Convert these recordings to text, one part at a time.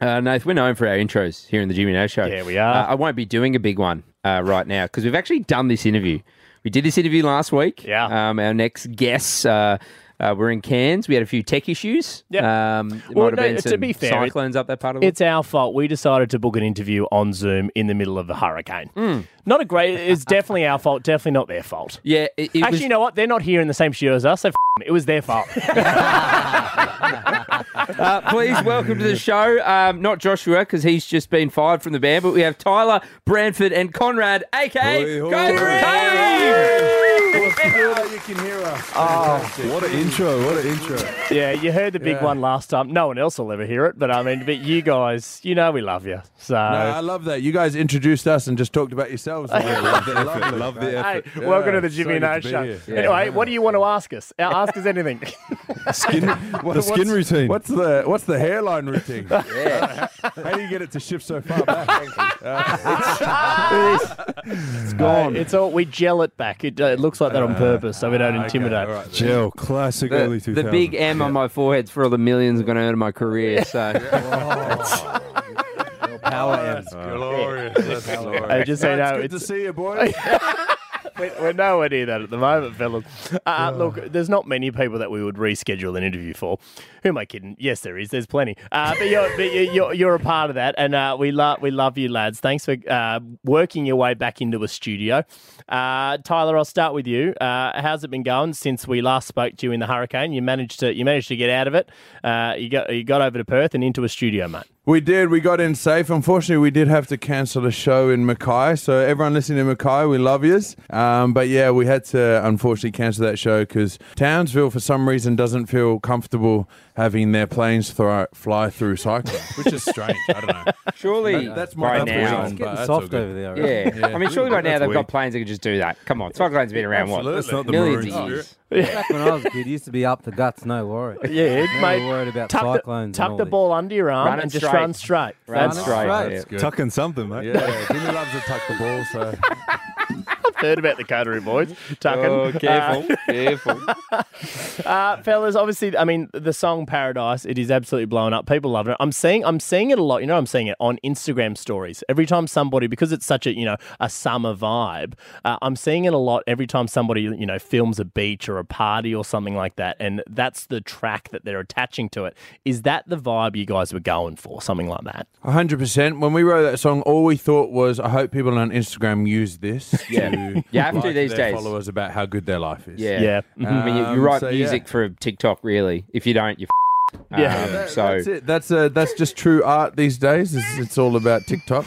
Uh, Nath, we're known for our intros here in the Jimmy Nash Show. Yeah, we are. Uh, I won't be doing a big one uh, right now because we've actually done this interview. We did this interview last week. Yeah. Um, our next guests uh, uh, were in Cairns. We had a few tech issues. Yeah. Um, it Well, might have no, been to some be fair, it- cyclones up that part of the It's our fault. We decided to book an interview on Zoom in the middle of a hurricane. Not a great. It's definitely our fault. Definitely not their fault. Yeah, it, it Actually, was, you know what? They're not here in the same studio as us. So f- 'em. it was their fault. uh, please welcome to the show. Um, not Joshua because he's just been fired from the band, but we have Tyler Branford and Conrad, aka Hoi, hoi. Cody. Well, it's good that you can hear us. Oh, what an intro! What an intro! yeah, you heard the big Yeah. one last time. No one else will ever hear it. But I mean, but you guys, you know, we love you. So. I love that you guys introduced us and just talked about yourselves. love the effort. Love the Hey, welcome to the Jimmy and I show. Anyway, what do you want to ask us? Uh, Ask us anything. Skin, the skin routine. What's the what's the hairline routine? How do you get it to shift so far back? it's gone. it's all we gel it back. It, uh, it looks like that on purpose, so we don't intimidate. all right then. Gel, classic early The, the 2000s. big M on my forehead's for all the millions I'm going to earn in my career. So Power ends. Glorious. That's glorious. I just say It's no, good to it's- see you, boys. We- We're nowhere near that at the moment, fellas. Uh, look, there's not many people that we would reschedule an interview for. Who am I kidding? Yes, there is. There's plenty. Uh, but you're, but you- you're, you're a part of that, and uh, we love we love you, lads. Thanks for uh, working your way back into a studio. Uh, Tyler, I'll start with you. Uh, how's it been going since we last spoke to you in the hurricane? You managed to you managed to get out of it. Uh, you got you got over to Perth and into a studio, mate. We did. We got in safe. Unfortunately, we did have to cancel a show in Mackay. So everyone listening to Mackay, we love yous. Um, but yeah, we had to unfortunately cancel that show because Townsville, for some reason, doesn't feel comfortable having their planes thro- fly through cyclones, which is strange. I don't know. surely That- that's my right that's now. weird. It's getting But that's all soft good. over there. Right? Yeah. I mean, surely right now That's they've weird. got planes that can just do that. Come on, Cyclone's been around what? Absolutely. That's not the millions of Maroons. years. Back when I was a kid, used to be up the guts, no worry. Yeah, Never mate. worried about tuck the- cyclones tuck and all the this. ball under your arm Run it and just straight. run straight. Run That's it right. straight. That's Yeah. Tucking something, mate. Yeah, Jimmy loves to tuck the ball. So Heard about the Coterie boys tucking. Oh, careful, careful. Uh, fellas, obviously, I mean, the song "Paradise" it is absolutely blowing up. People love it. I'm seeing, I'm seeing it a lot. You know, I'm seeing it on Instagram stories every time somebody because it's such a you know a summer vibe. Uh, I'm seeing it a lot every time somebody you know films a beach or a party or something like that, and that's the track that they're attaching to it. Is that the vibe you guys were going for? Something like that. 100%. When we wrote that song, all we thought was, I hope people on Instagram use this Yeah. to You have to lie these their days. followers about how good their life is. Yeah. Mm-hmm. Yeah. I mean, you, you Um, write so, yeah. music for TikTok, really. If you don't, you. Yeah. Um, That- so that's it. That's uh, that's just true art these days. It's, it's all about TikTok,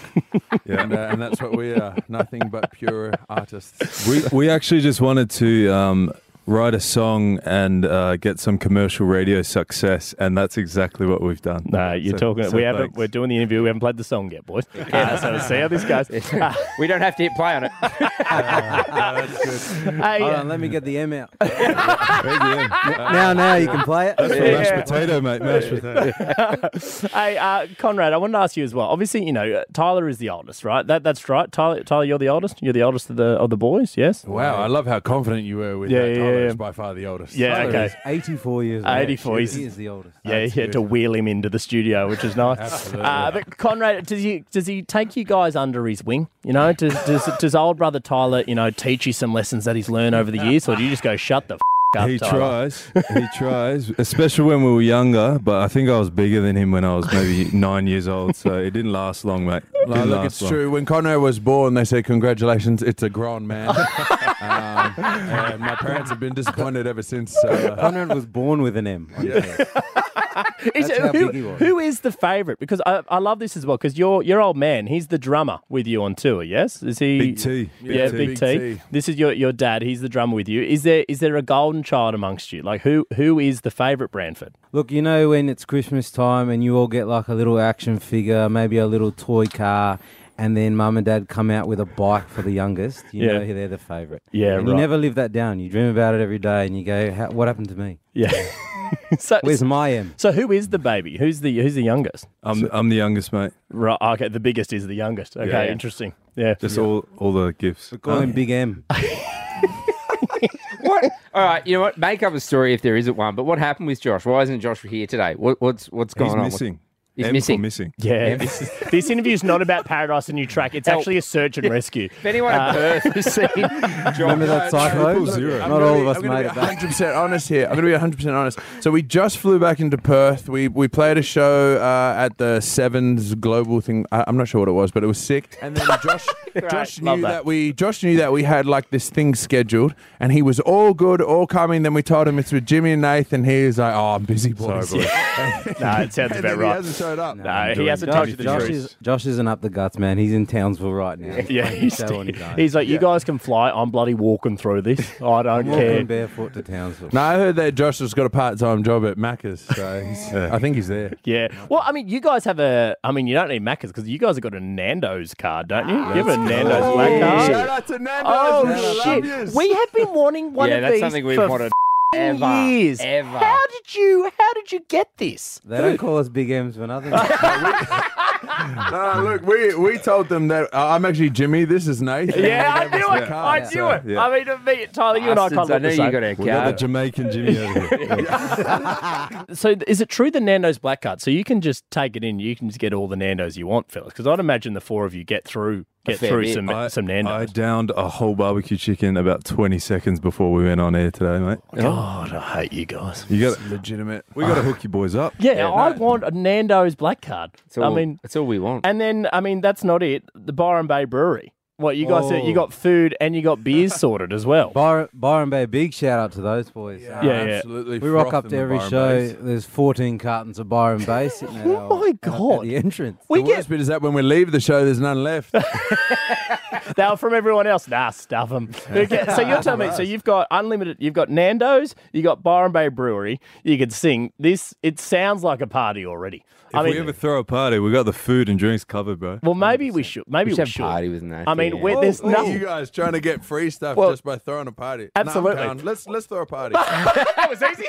and, uh, and that's what we are. Nothing but pure artists. We, we actually just wanted to um, write a song and uh, get some commercial radio success, and that's exactly what we've done. No, Uh, you're Oh, So- talking. so we haven't. thanks. We're doing the interview. We haven't played the song yet, boys. Uh, so let's see how this goes. Uh, we don't have to hit play on it. Ah, hey, Hold on, let me get the M out. now, now you can play it. That's for mashed Yeah. potato, mate. Mashed potato. Hey, uh, Conrad, I wanted to ask you as well. Obviously, you know uh, Tyler is the oldest, right? That that's right. Tyler, Tyler, you're the oldest. You're the oldest of the of the boys. Yes. Wow, I love how confident you were with Yeah, that. yeah, Tyler yeah. is by far the oldest. Yeah. Tyler okay. is- 84 years old. 84 years- He is the oldest. Yeah, That's he had to good. wheel him into the studio, which is nice. Absolutely. Uh, but Conrad, does he does he take you guys under his wing? You know, does, does does old brother Tyler, you know, teach you some lessons that he's learned over the years, or do you just go shut the f- up? He Tyler? tries. He tries, especially when we were younger. But I think I was bigger than him when I was maybe nine years old, so it didn't last long, mate. No, Didn't look, last it's long. true. When Conrad was born, they said, "Congratulations, it's a grown man." um, and my parents have been disappointed ever since. So, uh, Conrad was born with an M. Is- That's how who- big he was. who is the favourite? Because I, I love this as well. Because your your old man, he's the drummer with you on tour. Yes, is he? Big T. yeah, Big T. Big, T. Big T. This is your, your dad. He's the drummer with you. Is there is there a golden child amongst you? Like who who is the favourite Branford? Look, you know when it's Christmas time and you all get like a little action figure, maybe a little toy car, and then mum and dad come out with a bike for the youngest. You Yeah. know they're the favourite. Yeah, and right. you never live that down. You dream about it every day, and you go, "How- "What happened to me? Yeah. so Where's my M?" so who is the baby? Who's the who's the youngest? I'm I'm the youngest, mate. Right. Okay. The biggest is the youngest. Okay. Yeah. Interesting. Yeah. Just all all the gifts. We call him Big M. what? All right, you know what? Make up a story if there isn't one. But what happened with Josh? Why isn't Josh here today? What, what's what's going He's on? missing. He's M missing. For missing. Yeah, this, is, this interview is not about Paradise and New Track. It's Help. actually a search and rescue. If anyone Uh, in Perth has seen John, Remember that cyclone? Triple zero. Not all of us made it I'm back. gonna be 100% honest here. I'm going to be 100% honest. So we just flew back into Perth. We we played a show uh, at the Sevens Global thing. I, I'm not sure what it was, but it was sick. And then Josh Josh love knew that. that. we Josh knew that we had like this thing scheduled, and he was all good, all coming. Then we told him it's with Jimmy and Nathan. He was like, "Oh, I'm busy, boys." Sorry, no, it sounds And about then he right. hasn't showed up. No, he hasn't Josh- told you the Josh truth. Is, Josh isn't up the guts, man. He's in Townsville right now. Yeah, he's, He's so on his own. he's like, you guys can fly. I'm bloody walking through this. I don't walking care. barefoot to Townsville. No, I heard that Josh has got a part-time job at Macca's, so he's, I think he's there. Yeah. Well, I mean, you guys have a. I mean, you don't need Macca's because you guys have got a Nando's card, don't you? you have a Nando's Oh, black card. Shout out to Nando's. man, I Oh love shit! yous. We have been wanting one yeah, of that's these something we've for wanted f***ing ever, years. ever. How did you? How did you get this? They don't call us big M's for nothing. No, look, we we told them that uh, I'm actually Jimmy. This is Nathan. Yeah, I knew it. Yeah. I knew it. Yeah. I mean, to me, Tyler, you and I Bastards, can't I look know the you same. got our We got the card. Jamaican Jimmy over here. Yeah. So, th- is it true the Nando's black card? So you can just take it in. You can just get all the Nando's you want, fellas. Because I'd imagine the four of you get through, get fair through bit. some I, some I Nando's. downed a oh, whole barbecue chicken about 20 seconds before we went on air today, mate. God, I hate you guys. You got Legitimate. we got to hook you boys up. Yeah, I want a Nando's black card. It's all, I mean, it's all we want. and then I mean that's not it. The Byron Bay Brewery. What you guys? Oh. You got food and you got beers sorted as well. Byron, Byron Bay, big shout out to those boys. Uh, Yeah, yeah. absolutely. We rock froth up in to the every bar and show. base. There's 14 cartons of Byron Bay sitting at Oh our- my at- at God. the entrance. we The worst get bit is that when we leave the show, there's none left. they were from everyone else. Nah, stuff them. so you're telling me? So you've got unlimited. You've got Nando's. You got Byron Bay Brewery. You could sing this. It sounds like a party already. If we ever throw a party, we got the food and drinks covered, bro. Well, maybe we should. Maybe we we, should have should. party with Nathan. I mean, we're- yeah. there's Look at nothing. You guys trying to get free stuff Well, just by throwing a party. absolutely. Nah, I'm down. let's let's throw a party. That was easy.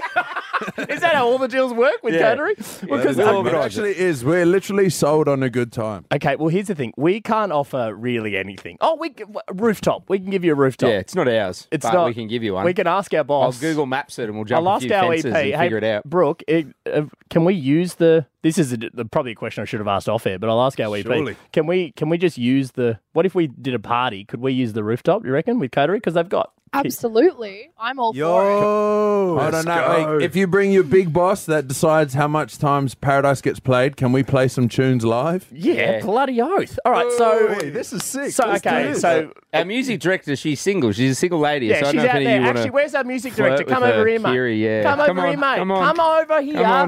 Is that how all the deals work with Yeah. catering? Well, Yeah, 'cause- we'll it organise actually is. We're literally sold on a good time. okay, well, here's the thing. We can't offer really anything. Oh, we can, rooftop. We can give you a rooftop. Yeah, it's not ours. It's but not. we can give you one. We can ask our I'll boss. Google Maps it and we'll I jump a lost few our EP. fences and Hey, figure it out. Brooke, it, uh, can we use the? This is a, the- probably a question I should have asked off air, but I'll ask our EP. Surely. Can we? Can we just use the? What if we did a party? Could we use the rooftop? You reckon with catering? Because they've got. Absolutely. I'm all for it. Yo, I don't know. If you bring your big boss that decides how much times Paradise gets played, can we play some tunes live? Yeah, Yeah. bloody oath. All right, so this is sick. so Let's do okay, this. so Our music director, she's single. She's a single lady. yeah, so I don't she's know if out any there. of you want Actually, to. where's our music director? flirt with Come over her, here, mate. Kiri, yeah. Come over Come on, here, mate. come on. over here. Come, on.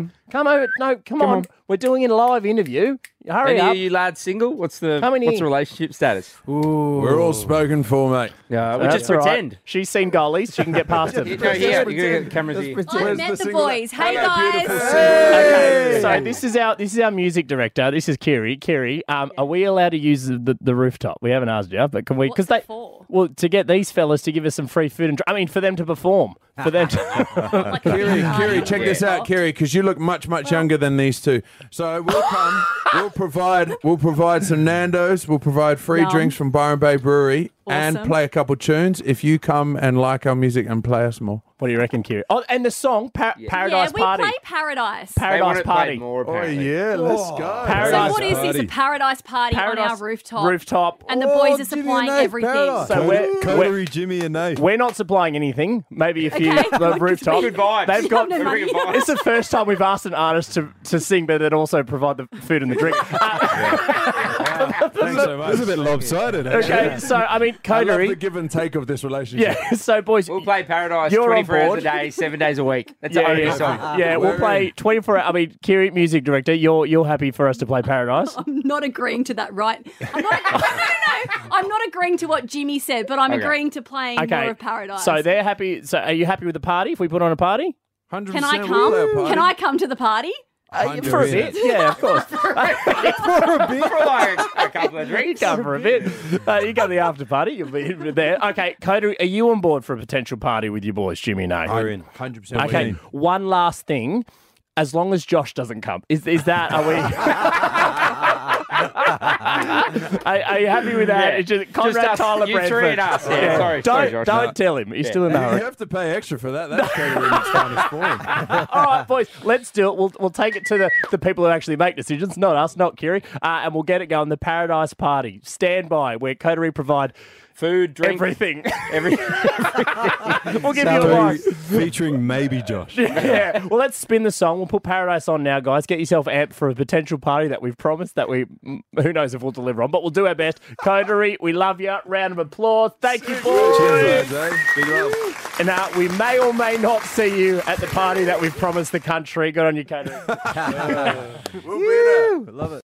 over. No, come on. on. We're doing a live interview. Hurry Any up. of you lads single? What's the How many? what's the relationship status? We're all spoken for, mate. Uh, we That's just all right. pretend. She's seen goalies. She can get past them. You go here. You go get the cameras here. I Where's met the the, single- boys. Hey Hello, beautiful guys. single Okay, lady. so this is our this is our music director. This is Kiri. Kiri, um, are we allowed to use the, the, the rooftop? We haven't asked you, but can we? Because What's they it for? well to get these fellas to give us some free food and dr- I mean for them to perform for them. To- Like a Kiri, party. Kiri, check this out, Kiri, because you look much, much younger than these two. So we'll come, we'll provide, we'll provide some Nando's, we'll provide free Yum. drinks from Byron Bay Brewery, and Awesome. play a couple tunes if you come and like our music and play us more. what do you reckon, Kiri? Oh, and the song Par- Yeah, Paradise we Party. play Paradise. They want Paradise it played Party. More, Oh, apparently. let's go. so Paradise what is this? Party. A paradise party on our Paradise rooftop. Rooftop. And the boys are Oh, supplying everything. So we're- we're- Coterie Jimmy and Nate. We're not supplying anything. Maybe a few Okay. the rooftop. Good vibes. They've got. No money. It's the first time we've asked an artist to, to sing, but then also provide the food and the drink. Uh, Thanks so much. It's a bit lopsided. actually. okay, so I mean, I love the Coterie. give and take of this relationship. Yeah. So boys, We'll play Paradise You're on 24 hours board. a day, seven days a week. That's the Yeah, only yeah. song. yeah, we'll We're play 24 hours. I mean, Kiri, music director, you're you're happy for us to play Paradise? I'm not agreeing to that, right? I'm not, no, no, no, no. I'm not agreeing to what Jimmy said, but I'm Okay. agreeing to playing more of Paradise. So they're happy. So are you happy with the party if we put on a party? 100% Can I we'll play a come? party. Can I come to the party? Uh, for a bit. 100%. Yeah, of course. For like a couple of you drinks. come for a bit. Uh, you go to the after party. You'll be there. Okay, Coda, are you on board for a potential party with your boys, Jimmy and Nate? We're in. 100% Okay, one last thing. As long as Josh doesn't come, is is that are we? Are, are you happy with that? Yeah. It's just Conrad us- Tyler you Brentford. three and us, yeah. Sorry, don't sorry, Josh. don't tell him. He's still in the You hurry. have to pay extra for that. That's catering its finest form. All right, boys, let's do it. We'll, we'll take it to the, the people who actually make decisions, not us, not Kiri, uh, and we'll get it going. The Paradise Party. Stand by, where Coterie provide Food, drink, everything. every- we'll give you a mic. featuring maybe Josh. yeah. Well, let's spin the song. We'll put Paradise on now, guys. Get yourself amped for a potential party that we've promised that we, mm, who knows if we'll deliver on, but we'll do our best. Coterie, we love you. Round of applause. Thank you, boys. Cheers, lads, eh? Big love. And uh, we may or may not see you at the party that we've promised the country. Good on you, Coterie. We'll be there.